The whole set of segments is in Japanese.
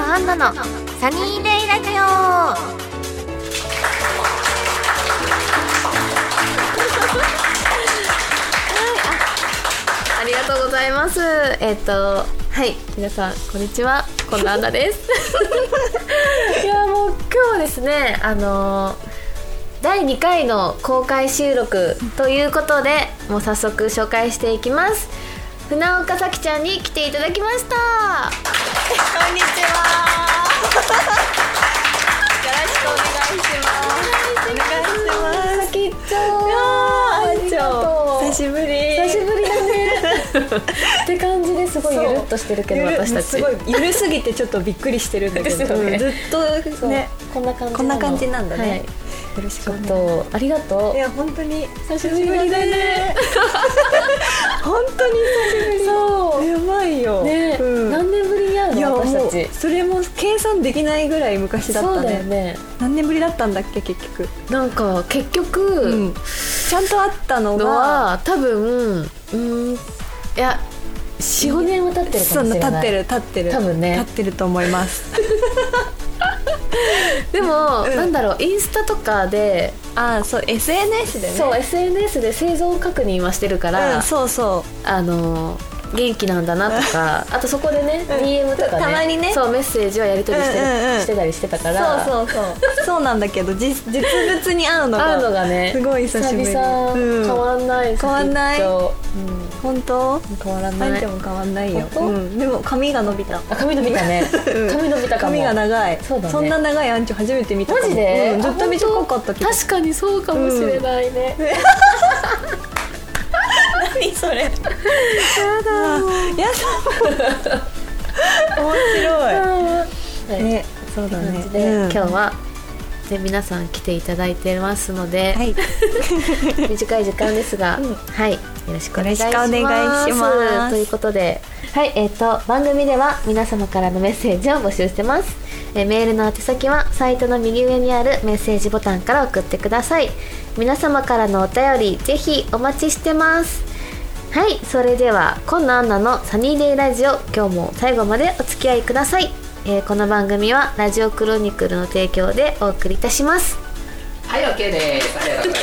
アンナのサニーデイラ ジオありがとうございます。えっ、と、はい、皆さん、こんにちは。こんなアンナです。 いや、もう、今日ですね、あのー第2回の公開収録ということで、もう早速紹介していきます。船岡咲ちゃんに来ていただきました。こんにちは。よろしくお願いします。お願いします。咲ちゃん。ありがとう。久しぶり。久しぶりだね。って感じですごいゆるっとしてるけど、ゆる私たち。すごいゆるすぎてちょっとびっくりしてるんだけですど、よねうんずっそとうねこんな感じこんな感じなんだね。はよいろしちくょっお願いしまとありがとす。いや本当にう久しぶりだ ね本当にそやばいよ。うね、うん何年ぶりに会ういやのもう私たちそれも計算できないぐらい昔だっそたうだよね。ね何年ぶりだったんだっけ結局。なんか結局、うん。ちゃんとあったののが。は多分うーんいや45年は経ってるかそものしれ立ないってる立ってる多分ね立ってると思いますでも、うんなんだろうインスタとかで、ああそう SNS でねそう SNS で製造確認はしてるから、うん、そうそあの元気なんだなとかあとそこでね、DM とかねたまにねそうメッセージはやり取りして,、うんうんうんしてたりしてたかうらそうそう そうそうなんだけど実実物に会うのが会うのがねすごい久しぶり久々、うん変わんない変わんないずっと本当うん、変わらな何いでも変わんないよ本当うん、でも髪が伸びたあ髪伸びたねうん髪伸びたかも髪が長いそうだねんな長いアンチョ初めて見たかもマジで、うん、ずっと短かったけあど本当確かにそうかもしれないね、何それやだやだ 面白はいいねそうといだうね感じで、う今ん日はで皆さん来ていただいてますので、はい短い時間ですが、うんはいよろしくお願いしますよろしくお願いしますということではいえっ、と番組では皆様からのメッセージを募集してます、えーメールの宛先はサイトの右上にあるメッセージボタンから送ってください皆様からのお便りぜひお待ちしてますはいそれでは今野アンナのサニーデイラジオ今日も最後までお付き合いください、えーこの番組はラジオクロニクルの提供でお送りいたしますはい、OK です。ありがとうござい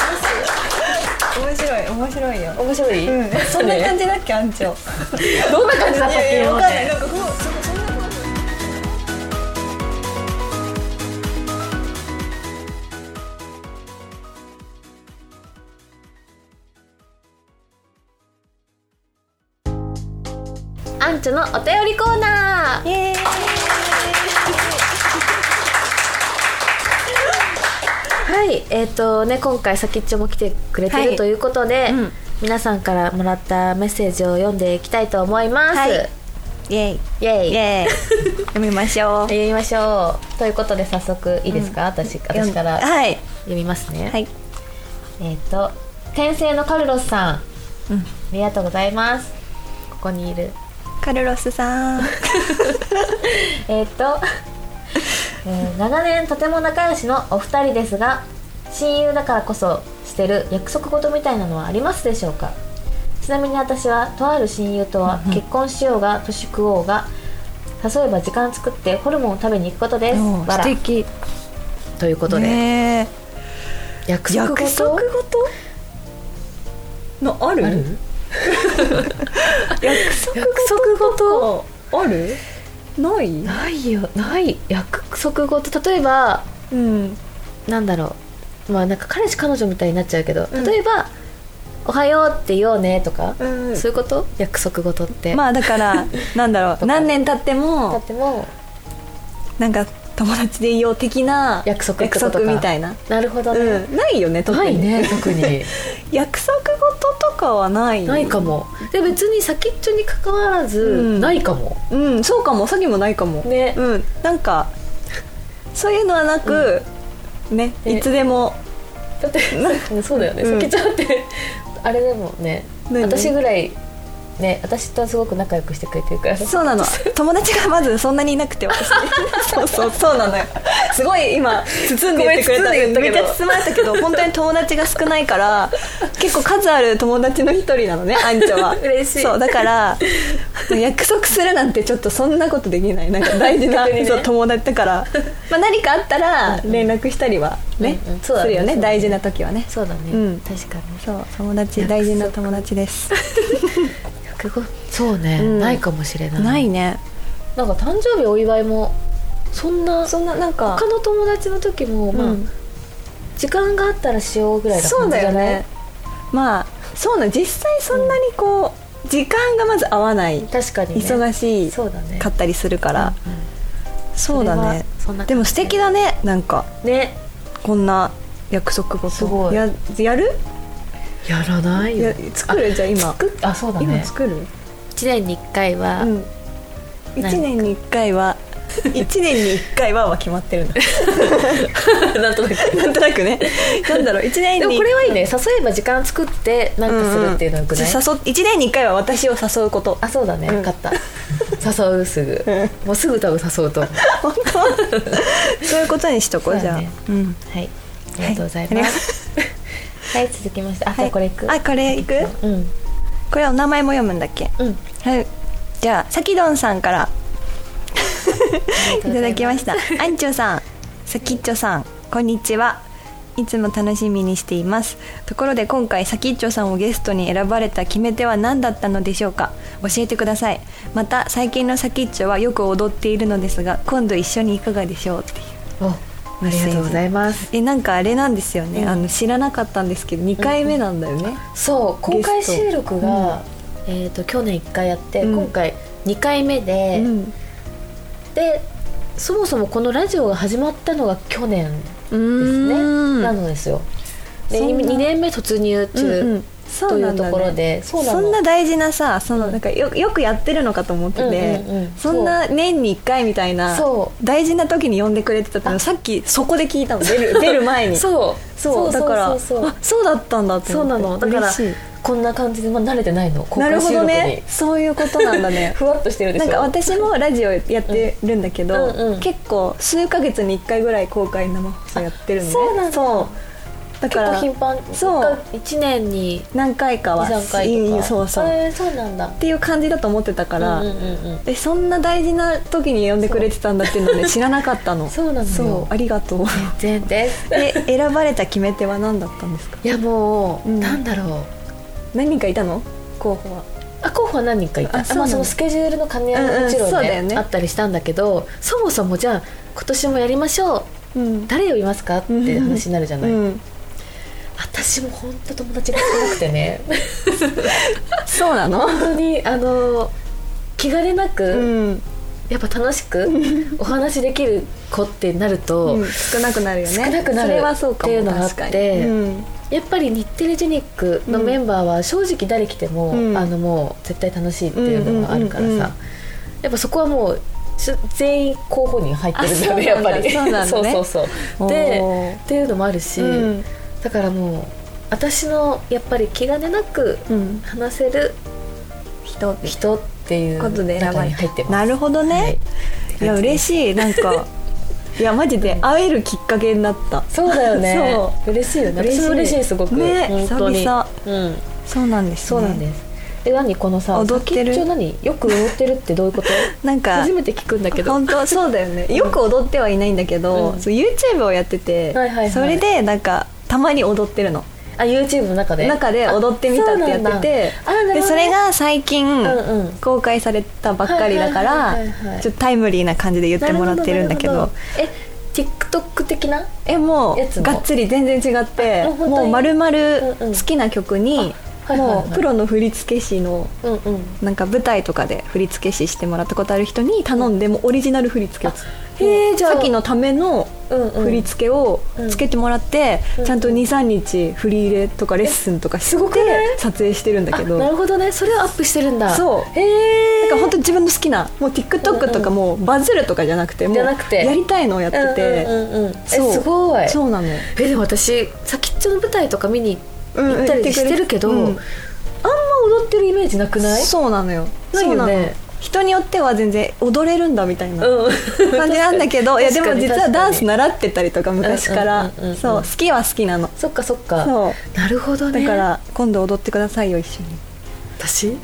ます。ありがとうございます面白い面白いよ面白い、うん、そんな感じだっけ、アンチョ。 どんな感じだったっけ今までなんか、ふう、そ、そんな。アンチョのお便りコーナーイエーイ。はいえっ、とね今回先っちょも来てくれてる、はいということで、うん皆さんからもらったメッセージを読んでいきたいと思います、はいイエーイ。イエイイエー イ。読みましょう。読みましょうということで早速いいですか、私私から読はい。みますね、はい。えっ、と天聖のカルロスさんあうん。りがとうございますここにいるカルロス さん。えーっと、 えー長年とても仲良しのお二人ですが親友だからこそしてる約束事みたいなのはありますでしょうかちなみに私はとある親友とは結婚しようが年食おうが誘えば時間作ってホルモンを食べに行くことですおーわら敵。ということで、ね約え。束約事束事。の、ある。ある約約束事束事。ある。ない。ないよない約束事例えばうん。なんだろうまあなんか彼氏彼女みたいになっちゃうけど、うん例えば「おはよう」って言おうねとか、うんそういうこと約束事って、まあ、だ から、なんだろう、何年経ってだもっ。てもなんか友達でいよう的な約束って約ことか束みたいな、うなるほどうね、ん、ないよね特にないね特に約束事とかはないないかもで別に先っちょに関わらず、うんないかもうんそうかも詐欺もないかもねうんなんかそういうのはなく、ねねいつでも だってそうだよね、うん先っちょってあれでもね何私ぐらいね私とすごく仲良くしてくれてるからねそうな の友達がまずそんなにいなくて私そうそうそうなのよすごい今包んで言ってくれたごめん包んで言めっけったちどゃ包まれたけど本当に友達が少ないから結構数ある友達の一人なのねあんちゃんは 嬉しいそうだから約束するなんてちょっとそんなことできないなんか大事な、逆にねそう友達だから、まあ、何かあったら連絡したりはね、うんうんそうだすねるよねそうだね大事な時はねそうだね、うん確かにそう友達大事な友達です約束そうね、うんないかもしれないないねなんか誕生日お祝いもそんなそんななんか他の友達の時も、まあうん時間があったらしようぐらいなそう感じだじゃよないねまあそうなの実際そんなにこう、時間がまず合わない、確かに、ね、忙しそうだねいかったりするからそうだそねれはそんな感じでも素敵だねなんかうんねこんな約束事すごいややるやらないよや作るじゃあ今作っあそうだ今ね作る1年に1回は、うん1なんか年に1回は1年に1回はは決まってるんだ なんとなくなんとなくねなんだろう1年にでもこれはいいね誘えば時間作ってなんかするっていうのはよくない、うんうん誘っ1年に1回は私を誘うことあそうだね、うん分かった誘うすぐ、もうすぐ多分誘うと思う 本当そういうことにしとこうそうじゃだあ、ねうんはいありがとうございますはい、続きましてあ、じゃあこれいくあこれいくうんこれお名前も読むんだっけうんはいじゃあさきどんさんからいただきましたあんちょさんさきっちょさんこんにちはいつも楽しみにしていますところで今回さきっちょさんをゲストに選ばれた決め手は何だったのでしょうか教えてくださいまた最近のさきっちょはよく踊っているのですが今度一緒にいかがでしょうっていうおあメッセージりがとうございますえなんかあれなんですよね、うんあの知らなかったんですけど2回目なんだよね、そう公開ゲスト収録が、えっ、と去年1回やって、うん今回2回目で、うんでそもそもこのラジオが始まったのが去年ですねなのですよでそんな2年目突入中、うんうんというところでそうそうななのんだねそんな大事なさそのなんかよよくやってるのかと思ってて、うんうんうんそんな年に1回みたいなそ大事な時に呼んでくれてたっていうのをさっきそこで聞いたの出る出る前にうそう そうだからそうそうそうあ そうだったんだってそうなのだからこんな感じで、まあ、慣れてないの公な開るほ収ど録に、ねそういうことなんだ ねふわっとしてるでしなょんか私もラジオやってるんだけど、うんうんうん結構数ヶ月に1回ぐらい公開生放送やってるのねそうなんだそうだか結構ら頻繁そう1年に何回かは23回といかいそうそう、っえーそうなんだていう感じだと思ってたから、うんうんうんうんでそんな大事な時に呼んでくれてたんだっていう のね知らなかったのそうなのよそうありが とう全然ですで選ばれた決め手は何だったんですかいやもう、うんなんだろう何人かいたの候補はあ候補は何人かいたああそうまあ、なんだそのスケジュールの兼ね合いももちろん、ねうんうんそうだよねあったりしたんだけどそもそもじゃあ今年もやりましょううん誰呼びますかって話になるじゃない、うん、私も本当友達が少なくてねそうなの本当にあの気兼ねなく、うん、やっぱ楽しくお話できる子ってなると、うん少なくなるよね少なくなるそれはそうかもっていうのがあって確かにうんやっぱり日テレジェニックのメンバーは正直誰来ても、うんあのもう絶対楽しいっていうのがあるからさ、うんうんうんうんやっぱそこはもうし全員候補に入ってるんだよねやあそっうなぱんだりそうなんだねそうそうそうでおーっていうのもあるし、うんだからもう私のやっぱり気兼ねなくうん話せる人って人っていうことで選ば中れにた入ってますなるほどね、はいい、や嬉しいなん かいやマジで会えるきっかけになったそうだよねそう嬉しいよね私も嬉しいすごく、ね本当に久々うんそうなんです、ね、そうなんです、で何このさ踊ってる先っちょ何よく踊ってるってどういうことなんか初めて聞くんだけど本当そうだよねよく踊ってはいないんだけど、うんそう YouTube をやってて、はいはいはいそれでなんかたまに踊ってるのあ YouTube の中で中で踊ってみたってやあそっててうなんだあなるほどねでそれが最近、んうん公開されたばっかりだかはらいはいはいはいちょっとタイムリーな感じで言ってもらってるんだけどなるほなるほどえ TikTok 的なえもやつうもがっつり全然違ってあもう本当にもう丸々うんうん好きな曲に、あはいはいはいもうプロの振付師のうんうんなんか舞台とかで振付師してもらったことある人に頼んで、もうオリジナル振り付けをつあへーもうじゃあさっきのためのうんうん振り付けをつけてもらって、うんちゃんと23日振り入れとかレッスンとかしてごくない撮影してるんだけどあななんるほどねそれをアップしてるんだそうへえか本当に自分の好きなもう TikTok とかもうバズるとかじゃなくてもうじゃなくてやりたいのをやってて、うんうんうんうんえそうすごいそうなのよえでも私先っちょの舞台とか見にうん行ったりしてるけど、うんあんま踊踊ってるイメージなくないそうなのよないそうよなのね人によっては全然踊れるんだみたいなうん感じなんだ けどいやで確かもに実はダンス習ってたりとか昔からうんうんうんうんそう好きは好きなのそっかそっかそうなるほどだねから今度踊ってくださいよ一緒に私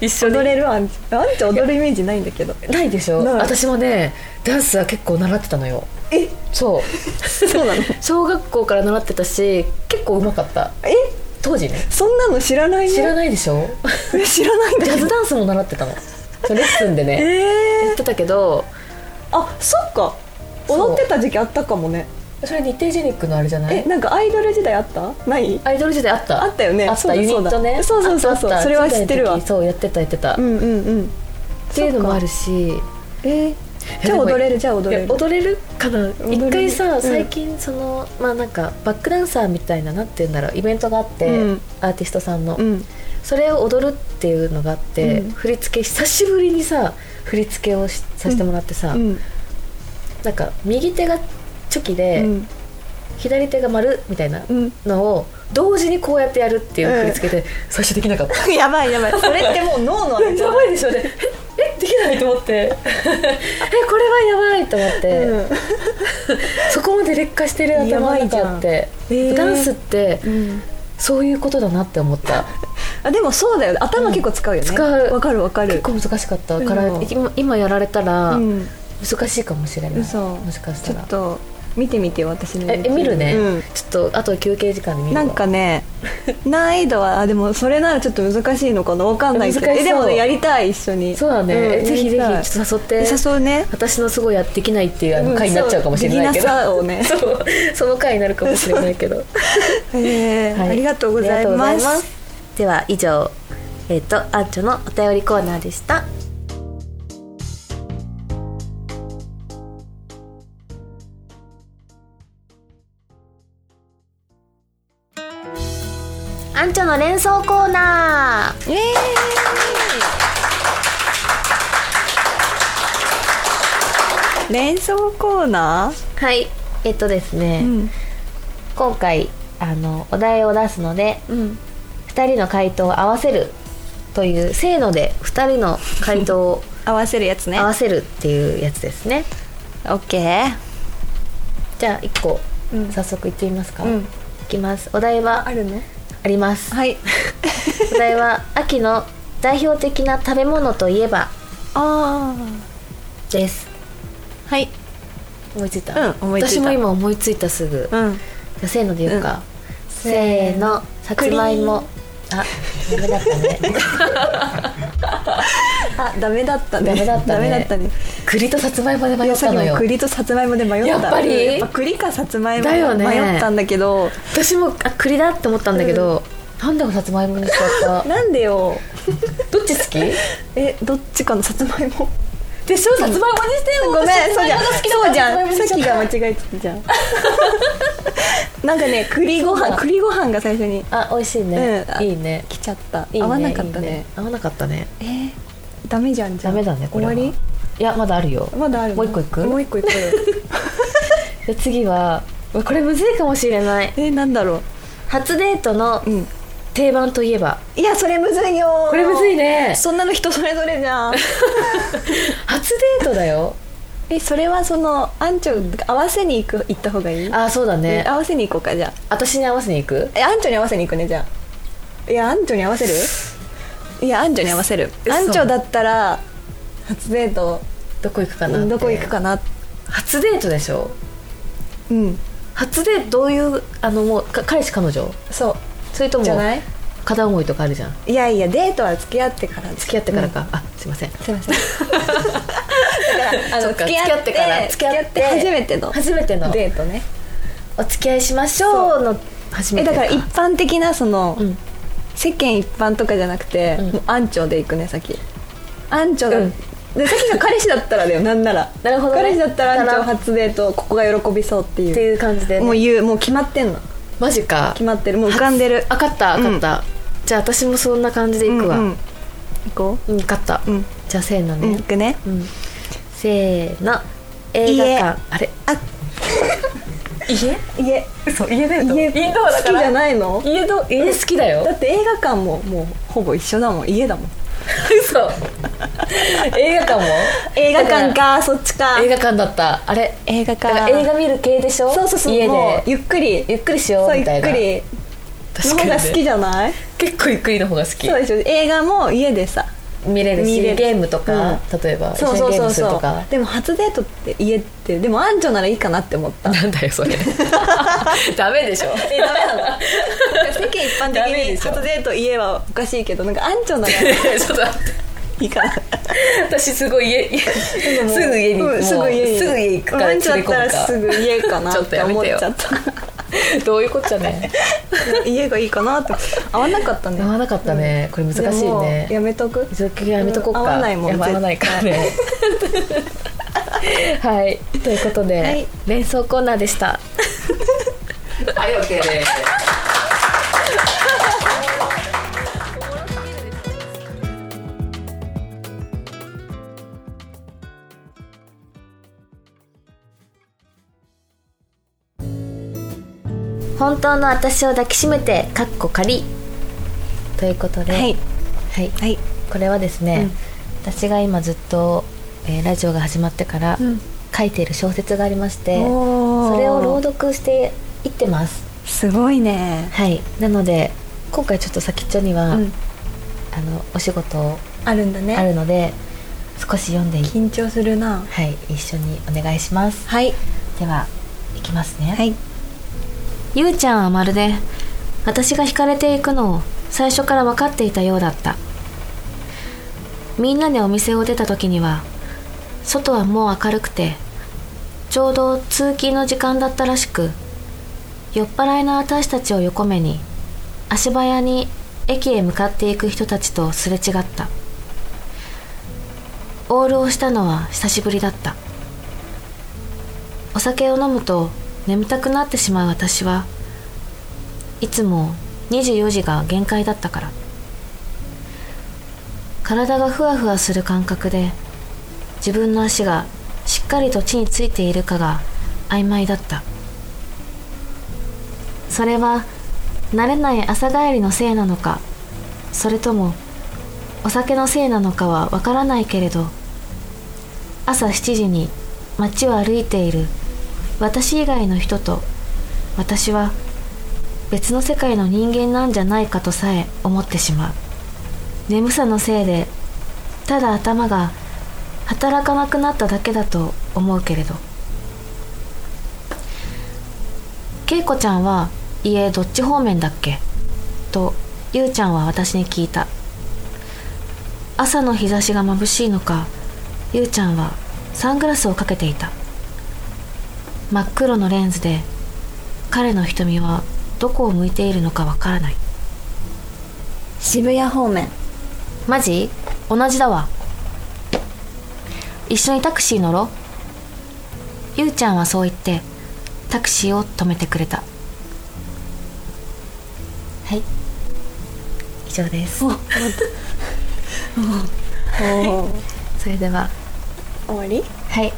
一緒に踊れるわあんちゃんあんちゃん踊るイメージないんだけどないでしょない私もねダンスは結構習ってたのよえそう そうなの小学校から習ってたし結構うまかったえ当時ねそんなの知らないね知らないでしょえ知らないんだジ ャズダンスも習ってたのそうレッスンでねえやーってたけどあそっかそう踊ってた時期あったかもねそれ日テージェニックのあれじゃなえいなんかアイドル時代あったないアイドル時代あったあったよねあっそうただユニットねそうだそうそうそあったあうったそれは知ってるちっちゃいわ時そうやってたやってた、うっんうんうんていうのもあるしえーじゃあ踊れるじゃあ踊れいるや踊れるかなれる一回うさん最近その、まあなんかバックダンサーみたいななんて言うんだろうイベントがあって、うんアーティストさんの、うんそれを踊るっていうのがあって、うん振り付け久しぶりにさ振り付けをしさせてもらってさ、うんなんか右手がチョキで、うん左手が丸みたいなうん のを同時にこうやってやるっていう振り付けで、最初でき なかったやばいやばいそれってもう脳のあれじゃや んばいでしょねええできないと思 ってえこれはやばいと思って、そこまで劣化してる頭の中あって、やばいじゃんへーダンスってうんそういうことだなって思ったあでもそうだよね頭結構使うよね、うん使うわかるわか結る構難しかったから、うん今今やられたらうん難しいかもしれない、嘘もしかしちたょらっと見てみて私のええ見るね、うんちょっとあと休憩時間で見るわなんかね難易度はあでもそれならちょっと難しいのかなわかんないけど難しそうえでもねやりたい一緒にそうだね、んえぜひぜひやりたいちょっと誘って誘うね私のすごいやってきないっていうあの回になっちゃうかもしれないけど、うんそうできなさそうその回になるかもしれないけど、え ーはいありがとうございあまりすがとうございますでは以上えっ、とアンチョのお便りコーナーでしたアンチョの連想コーナーイエーイ連想コーナー、はいえっとですね、ん今回あのお題を出すのでうん、 2人の回答を合わせるというせーので2人の回答を合わせるやつね合わせるっていうやつですねオッケーじゃあ1個、うん早速いってみますか、うんいきますお題はるのありますはいお題は秋の代表的な食べ物といえば あですあはい思いついた,、うん思いつ私いたも今思いついたすぐ、じゃうんあせーので言うか、せーのさつまいもあダメだったねあダメだったね ダメだったねダメだったね栗とさつまいもで迷やったさっきのもよ栗とさつまいもで迷ったやっぱりやっぱ栗かさつまいもだよね迷ったんだけど私もあ栗だって思ったんだけど、なんでもさつまいもにしちゃ ったなんでよどっち好きえどっちかのさつまいもでしょさつまいもにしてよごめんそうじゃんそうじゃんささっきが間違えてたじゃんなん かね栗ごそう飯だ栗ご飯が最初にあ美味しいね、うんあいいね来ちゃったいいね合わなかったねいい合わなかったねえーダメじゃんじゃダんメだねこれは終わいやまだあるよりまだあるのもう一個いくもう一個いくよで次はうわこれむずいかもしれないえーなんだろ初デートのううん定番といえばいやそれむずいよこれむずいねそんなの人それぞれじゃん初デートだよえそれはそのアンチョ合わせに行く行った方がいいあそうだねえ合わせに行こうかじゃあ私に合わせに行くえアンチョに合わせに行くねじゃあいやアンチョに合わせるいやアンチョに合わせる嘘アンチョだったら初デートどこ行くかなってどこ行くかな初デートでしょうん初デートどういうあのもうか彼氏彼女そそれとうもじゃない片思いとかあるじゃんいやいやデートは付き合ってから付き合ってからか、あすいませんすいません だからあそのっか付き合ってから付き合ってから付き合初めての初めてのデートねお付き合いしましょうの初めえてだから一般的なその、うん世間一般とかじゃなくて、うんもうアンチョで行くね先アンチョだ、うんで先が彼氏だったらだよなんならなるほどね彼氏だったらアンチだョから初デートここが喜びそうっていうっていう感じでね、もう言うもう決まってんのマジか決まってるもう浮かんでるあかった分かった、じゃあ私もそんな感じでいくわううん、うんん行こ分かった、うんじゃあせーのう、うん、ね行くね うん、せーの映画館あれあ家家そう家で家インドアだ好きかじらゃないの家ど家好きだよだって映画館ももうほぼ一緒だもん家だもん 嘘映画館も映画館かそっちか映画館だったあれ映画だから映画見る系でしょそうそうそう家もでうゆっくりゆっくりしよそううゆみたいっなくりの方が好きねじゃない結構ゆっくりの方が好きそうでしょ映画も家でさ見れる見しれるゲームとか、う例えば一そ緒うにゲそうーそうムするとそかうでも初デートって家ってでもアンジョならいいかなって 思ったなんだよ それダメでしょえダメなの世間一般ダメ的にでしょ初デート家はおかしいけどなんかアンチョならい ちょっと待っていかな私すごい家家すぐ家に、うもうんすぐ家にすぐ家行くかうんらアンチョ連だれった込むらかすぐ家かなちょっっとてやめ思ってよちゃった どういうことね家がいいか なって合わなかったね合わなかったね、これ難しいでもやねめとく一応やめとこうか、合わないもんやっぱ合わないからねはいということで、はい連想コーナーでしたはい、OK です。本当の私を抱きしめてかっこ仮ということで、はいはいはいこれはですね、私が今ずっと、えーラジオが始まってから、書いている小説がありましておーそれを朗読していってますすごいねはいなので今回ちょっと先っちょには、うんあのお仕事あるんだあねるので少し読んでい緊張するなはい一緒にお願いしますはいではいきますね、はいゆうちゃんはまるで私が惹かれていくのを最初から分かっていたようだったみんなでお店を出た時には外はもう明るくてちょうど通勤の時間だったらしく酔っ払いの私たちを横目に足早に駅へ向かっていく人たちとすれ違ったオールをしたのは久しぶりだったお酒を飲むと眠たくなってしまう私はいつも24時が限界だったから体がふわふわする感覚で自分の足がしっかりと地についているかが曖昧だったそれは慣れない朝帰りのせいなのかそれともお酒のせいなのかはわからないけれど朝7時に街を歩いている私以外の人と私は別の世界の人間なんじゃないかとさえ思ってしまう眠さのせいでただ頭が働かなくなっただけだと思うけれど恵子ちゃんは家どっち方面だっけとゆうちゃんは私に聞いた朝の日差しが眩しいのかゆうちゃんはサングラスをかけていた真っ黒のレンズで彼の瞳はどこを向いているのかわからない渋谷方面マジ同じだわ一緒にタクシー乗ろうゆうちゃんはそう言ってタクシーを止めてくれたはい以上ですおーそれでは終わりはい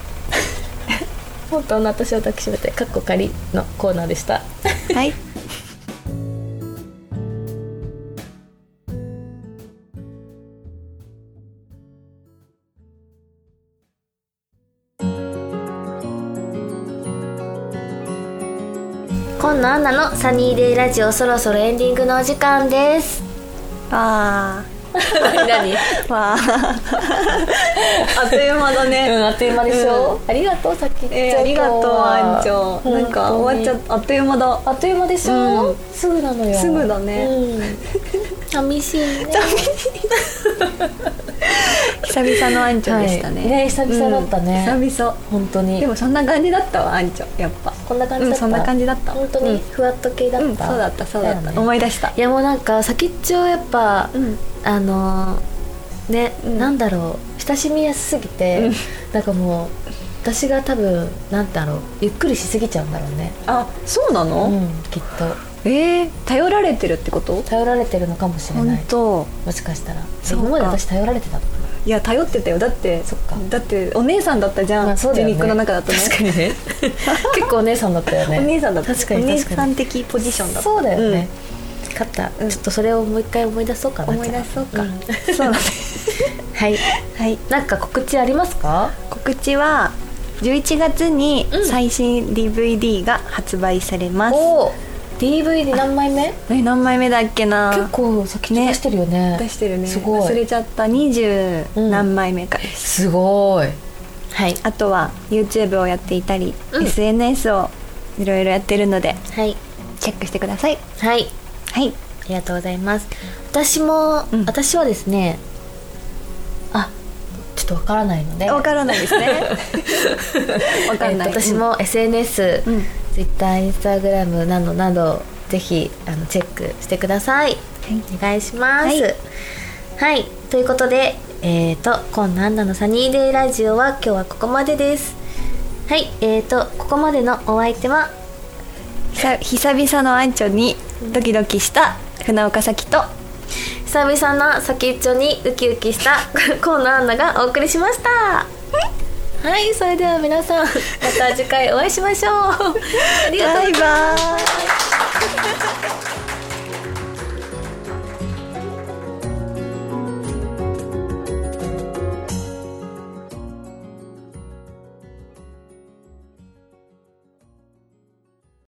本当の私を抱きしめてかっこ仮のコーナーでしたはい。今野アンナのサニーデイラジオそろそろエンディングのお時間ですわ 何あ。 わあ。あっという間だうね。んあっという間でしょ、ありがとうさっきえー、ありがとう、あんちょ。なんか終わっちゃった。あっという間だ。あっという間でしょ、すぐなのよすぐだね。うん、寂しいね久々のあんちょでしたね。はいね久々だったねうん久々。本当にでもそんな感じだったわ、あんちょ。やっぱ。こんな感うじだん、った、そんな感じだった。本当にふわっと系だった、うん、そうだった、そうだった。よね思い出したい。やもうなんか先っちょやっぱ、うん。あのーね、うんなんだろう親しみやすすぎて、なんかもう私が多分なんだろうゆっくりしすぎちゃうんだろうねあ、そうなうのんきっとえー、頼られてるってこと頼られてるのかもしれな本い当。もしかしたらでそうか今まで私頼られてたのいや頼ってたよだってそっかだってお姉さんだったじゃん、まあそうだジよェねミックの中だとね確か にね結構お姉さんだったよねお姉さんだった確かにお姉確かさにん的ポジションだったそうだよね、ん勝った、うんちょっとそれをもう一回思い出そうかな思い出そうか、そうだねはいはいなんか告知ありますか告知は11月に最新 DVD が発売されます、おお DVD 何枚目え何枚目だっけな結構先に出してるよね出してるねすごい忘れちゃった20うん何枚目かです、すごいはいあとは YouTube をやっていたり、うん SNS をいろいろやってるのではいチェックしてくださいはいはいありがとうございます私も、うん私はですねあちょっとわからないのでわからない ですねわかんない、えーと私も SNS、うん Twitter、Instagram などなどぜひあのチェックしてください、お願いしますははいい、ということでえー、と今度アンナのサニーデイラジオは今日はここまでですはいえー、とここまでのお相手は久久々のアンチョにドキドキした船岡咲と久々の先っちょにウキウキした 河野アンナがお送りしましたはいそれでは皆さんまた次回お会いしましょうありがとうございます バイバーイ